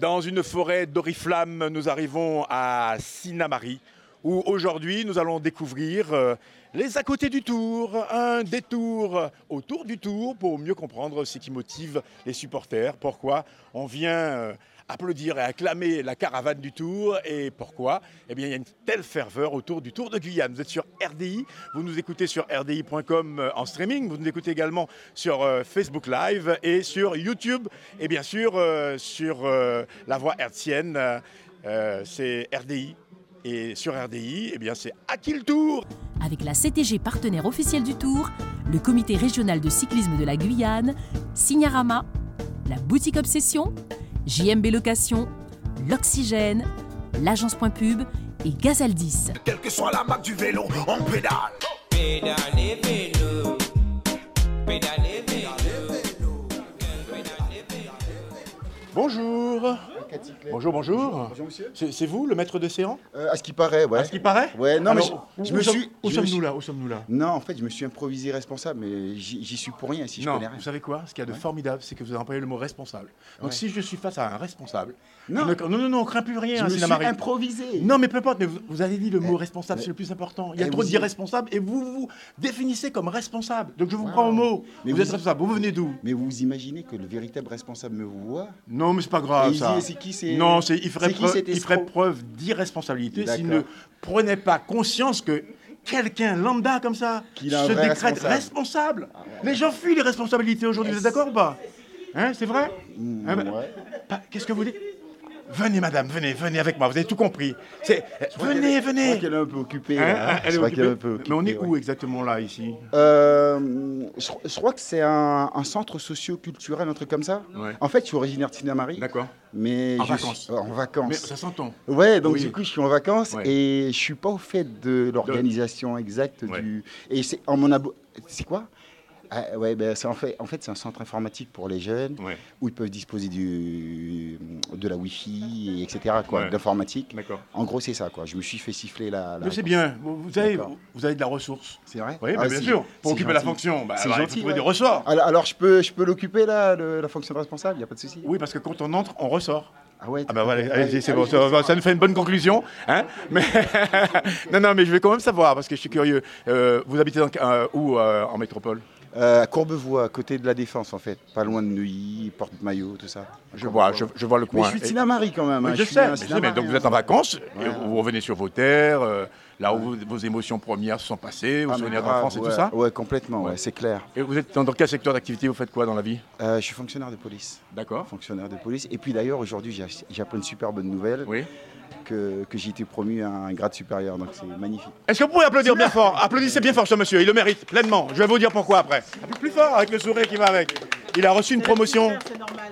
Dans une forêt d'oriflamme, nous arrivons à Sinamari, où aujourd'hui nous allons découvrir euh, les à côté du tour, un détour autour du tour pour mieux comprendre ce qui motive les supporters, pourquoi on vient euh, applaudir et acclamer la caravane du tour et pourquoi Eh bien, il y a une telle ferveur autour du Tour de Guyane. Vous êtes sur RDI, vous nous écoutez sur rdi.com euh, en streaming, vous nous écoutez également sur euh, Facebook Live et sur YouTube et bien sûr euh, sur euh, la voix hertzienne, euh, euh, c'est RDI. Et sur RDI, eh bien c'est à qui le tour Avec la CTG partenaire officielle du Tour, le comité régional de cyclisme de la Guyane, Signarama, la boutique Obsession, JMB Location, l'Oxygène, l'agence Point Pub et Gazaldis. Quelle que soit la marque du vélo, on pédale. Pédalez vélo, pédalez vélo, pédalez vélo. Bonjour Bonjour, bonjour Bonjour monsieur. C'est c'est vous le maître de séance Euh, à ce qui paraît, ouais. À ce qui paraît Ouais, non, mais Alors, je, je où me sommes- suis. Où je me sommes-nous suis- là Où sommes-nous là Non, en fait, je me suis improvisé responsable, mais j'y j'y suis pour rien si je non, connais rien. vous savez quoi Ce qu'il y a de Ouais. formidable, c'est que vous avez employé le mot responsable. Donc Ouais. si je suis face à un responsable, je Non, ne- non, non, non, on craint plus rien, je hein, me suis Sina Marie. improvisé. Non, mais peu importe, mais vous, vous avez dit le mot Eh, responsable, c'est le plus important. Il y eh, a trop vous y- d'irresponsables et vous vous définissez comme responsable. Donc je vous Wow. prends au mot. Mais vous, vous- êtes responsable, vous venez d'où Mais vous imaginez que le véritable responsable me voit Non, mais c'est pas Et grave il ça. dit, C'est qui c'est Non, c'est- il ferait c'est qui preuve, cet il ferait escroc preuve d'irresponsabilité s'il ne D'accord. prenait pas conscience que quelqu'un lambda comme ça Qu'il a un se vrai décrète responsable. responsable. Ah Les gens fuient les responsabilités aujourd'hui, vous êtes d'accord ou pas Hein, c'est vrai Mm, Hein, bah, ouais. pas- Qu'est-ce que vous dites Venez madame, venez, venez avec moi, vous avez tout compris. C'est- Venez, Je crois venez qu'elle est un peu occupée. Hein, là. hein, elle Je est crois qu'elle est un occupée. peu Mais on est occupée, où ouais. exactement là, ici Euh, je, je crois que c'est un, un centre socio-culturel, un truc comme ça. Ouais. En fait, je suis originaire de Sinamari, D'accord. mais En je suis- vacances. en vacances. Mais ça s'entend. Ouais, donc Oui. du coup, je suis en vacances Ouais. et je suis pas au fait de l'organisation exacte Ouais. du. Et c'est en mon abo- C'est quoi Ah, Ouais, ben, c'est en fait, en fait, c'est un centre informatique pour les jeunes Ouais. où ils peuvent disposer du de la Wi-Fi, et etc. Quoi, Ouais. d'informatique. D'accord. En gros, c'est ça. Quoi. Je me suis fait siffler la. la Mais c'est réponse. bien, vous, vous avez, D'accord. vous avez de la ressource. C'est vrai. Oui, bah, Ah, bien c'est- sûr. Pour c'est occuper la gentil. fonction, bah, C'est alors, il faut gentil, trouver ouais. des ressorts. Alors, alors, je peux, je peux l'occuper là, le- la fonction de responsable. Il y a pas de souci. Oui, parce que quand on entre, on ressort. Ah ouais. Ah bah voilà, d'accord. allez-y, c'est Ah bon, oui, ça, ça- ça nous fait une bonne conclusion. Hein mais non, non, mais je vais quand même savoir, parce que je suis curieux. Euh, vous habitez dans- euh, où euh, en métropole Euh, à Courbevoie, à côté de la Défense, en fait, pas loin de Neuilly, Porte-Maillot, tout ça. je vois, je, je vois le Mais coin. je suis de Et- Sinamari quand même. Oui, hein, je suis sais, un mais je sais, mais Sinamari, donc vous êtes hein. en vacances, Ouais. et vous vous revenez sur vos terres, euh, là où vos, vos émotions premières se sont passées, vos Ah, mais souvenirs grave, d'enfance et ouais, tout ça. Ouais, complètement, ouais, c'est clair. Et vous êtes dans, dans quel secteur d'activité Vous faites quoi dans la vie Euh, je suis fonctionnaire de police. D'accord. Fonctionnaire de police. Et puis d'ailleurs, aujourd'hui, j'ai- j'ai appris une super bonne nouvelle Oui. que, que j'ai été promu à un grade supérieur, donc c'est magnifique. Est-ce que vous pouvez applaudir bien fort Applaudissez bien fort ce monsieur, il le mérite pleinement. Je vais vous dire pourquoi après. Un peu plus fort avec le sourire qui va avec. Il a reçu une promotion.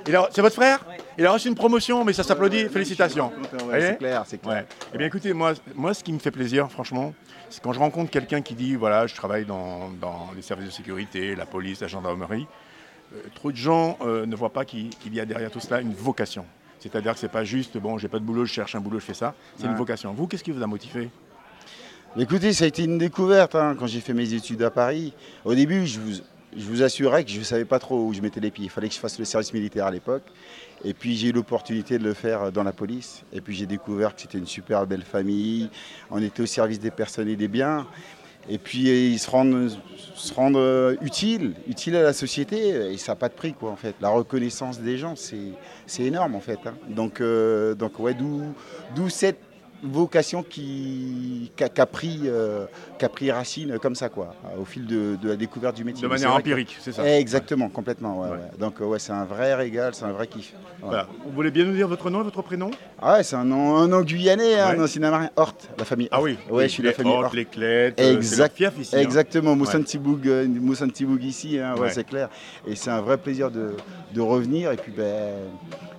Il a- C'est votre frère Il a reçu une promotion, mais ça s'applaudit. Félicitations. Ouais, Vous voyez c'est clair, c'est clair. Ouais. Eh bien, écoutez, moi, moi, ce qui me fait plaisir, franchement, c'est quand je rencontre quelqu'un qui dit voilà, je travaille dans, dans les services de sécurité, la police, la gendarmerie. Euh, trop de gens euh, ne voient pas qu'il qu'il y a derrière tout cela une vocation. C'est-à-dire que c'est pas juste bon, j'ai pas de boulot, je cherche un boulot, je fais ça. C'est une Ouais. vocation. Vous, qu'est-ce qui vous a motivé Écoutez, ça a été une découverte hein, quand j'ai fait mes études à Paris. Au début, je vous, je vous assurais que je ne savais pas trop où je mettais les pieds. Il fallait que je fasse le service militaire à l'époque. Et puis j'ai eu l'opportunité de le faire euh, dans la police. Et puis j'ai découvert que c'était une super belle famille. On était au service des personnes et des biens. Et puis euh, ils se rendent, se rendent euh, utiles, utiles à la société. Et ça n'a pas de prix, quoi, en fait. La reconnaissance des gens, c'est c'est énorme, en fait. hein. Donc, euh, donc ouais, d'où d'où cette vocation qui qu'a qu'a pris, euh, qu'a pris racine comme ça, quoi, euh, au fil de, de la découverte du métier. De Mais c'est manière vrai que- empirique, c'est ça Eh, exactement, complètement. ouais, Ouais. ouais. Donc euh, ouais, c'est un vrai régal, c'est un vrai kiff. Ouais. Voilà. Vous voulez bien nous dire votre nom et votre prénom Ah ouais, c'est un nom, un nom guyanais, hein, Ouais. Ah un nom cinémarin. Horte, la famille. Horte. Ouais, je suis de la famille Horte. Les Clètes, euh, Exact- c'est leur fief ici. hein. Exactement, Moussan Ouais. Tiboug, euh, Moussan Tiboug ici, hein, ouais, Ouais. c'est clair. Et c'est un vrai plaisir de, de revenir et puis ben,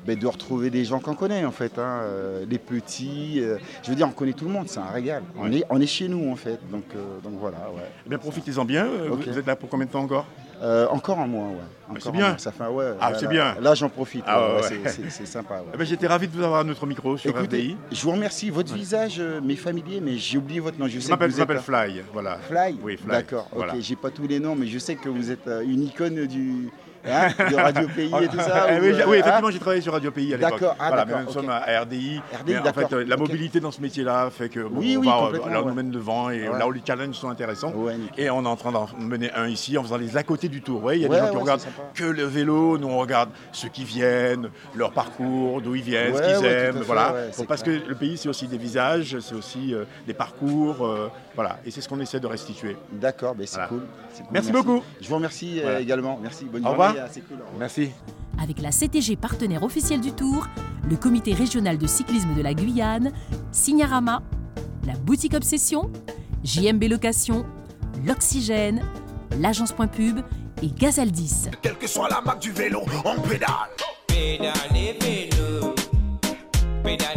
ben, de retrouver des gens qu'on connaît en fait, hein, euh, les petits. euh, je veux dire, on connaît tout le monde, c'est un régal. On, Ouais. est, on est chez nous en fait, donc, euh, donc voilà. Ouais. Eh bien, profitez-en bien. Euh, Ok. Vous êtes là pour combien de temps encore Euh, encore un mois, ouais. Mais Encore Ah, c'est un bien. mois, Ça fait, un- ouais, Ah, là, c'est là- bien. Là, j'en profite. Ah, ouais, ouais, ouais, ouais. c'est- C'est c'est sympa. ouais. Eh bien, J'étais ravi de vous avoir à notre micro sur Écoutez, RDI. je vous remercie. Votre visage euh, m'est familier, mais j'ai oublié votre nom. Je Je sais que m'appelle vous je êtes m'appelle un- Fly. Voilà. Fly. Oui, Fly. D'accord. Voilà. Ok, j'ai pas tous les noms, mais je sais que vous êtes euh, une icône du, hein, de Radio Pays et tout ça. Eh ou, oui, euh, j'ai- oui, effectivement, hein j'ai travaillé sur Radio Pays à l'époque. D'accord, ah, voilà, d'accord, mais nous ok. sommes à RDI. RDI, mais en d'accord, fait, euh, la ok. mobilité dans ce métier-là fait que bon, Oui, on oui, va, euh, complètement, là, on nous ouais. mène devant et Ouais. là où les challenges sont intéressants. Ouais, nickel. Et on est en train d'en mener un ici en faisant les à côté du tour. Vous voyez, Il y a Ouais, des gens qui ouais, regardent c'est sympa. que le vélo, nous on regarde ceux qui viennent, leur parcours, d'où ils viennent, Ouais, ce qu'ils ouais, tout à aiment. fait, voilà. ouais, Bon, c'est parce que clair. le pays, c'est aussi des visages, c'est aussi euh, des parcours. euh, voilà. Et c'est ce qu'on essaie de restituer. D'accord, ben c'est Voilà. cool, c'est cool, Merci beaucoup. Je vous remercie euh, Voilà. également. Merci. Bonne Au journée. revoir. ah, C'est cool. au revoir. Merci. Avec la CTG partenaire officielle du Tour, le comité régional de cyclisme de la Guyane, Signarama, la boutique Obsession, JMB Location, l'Oxygène, l'agence Point Pub et Gazaldis. Quelle que soit la marque du vélo, on pédale. pédalez vélo, pédalez